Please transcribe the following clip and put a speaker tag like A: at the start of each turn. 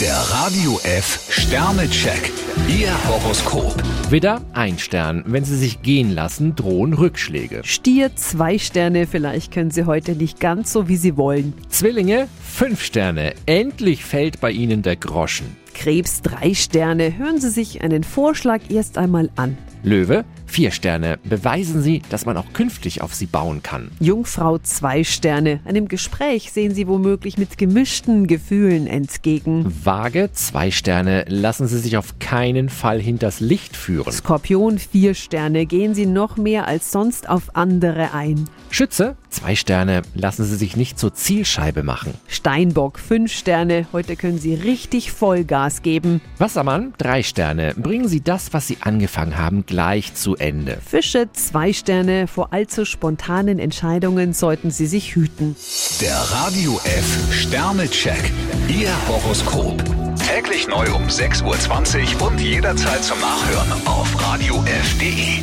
A: Der Radio F Sternecheck. Ihr Horoskop.
B: Widder, ein Stern. Wenn Sie sich gehen lassen, drohen Rückschläge.
C: Stier, zwei Sterne, vielleicht können Sie heute nicht ganz so, wie Sie wollen.
B: Zwillinge, fünf Sterne. Endlich fällt bei Ihnen der Groschen.
C: Krebs, drei Sterne, hören Sie sich einen Vorschlag erst einmal an.
B: Löwe, vier Sterne. Beweisen Sie, dass man auch künftig auf Sie bauen kann.
C: Jungfrau, zwei Sterne, einem Gespräch sehen Sie womöglich mit gemischten Gefühlen entgegen.
B: Waage, zwei Sterne. Lassen Sie sich auf keinen Fall hinters Licht führen.
C: Skorpion, vier Sterne, gehen Sie noch mehr als sonst auf andere ein.
B: Schütze, zwei Sterne. Lassen Sie sich nicht zur Zielscheibe machen.
C: Steinbock, fünf Sterne, heute können Sie richtig Vollgas geben.
B: Wassermann, drei Sterne. Bringen Sie das, was Sie angefangen haben, gleich zu Ende.
C: Fische, zwei Sterne, vor allzu spontanen Entscheidungen sollten Sie sich hüten.
A: Der Radio F Sternecheck. Ihr Horoskop. Täglich neu um 6.20 Uhr und jederzeit zum Nachhören auf Radio E. radiof.de.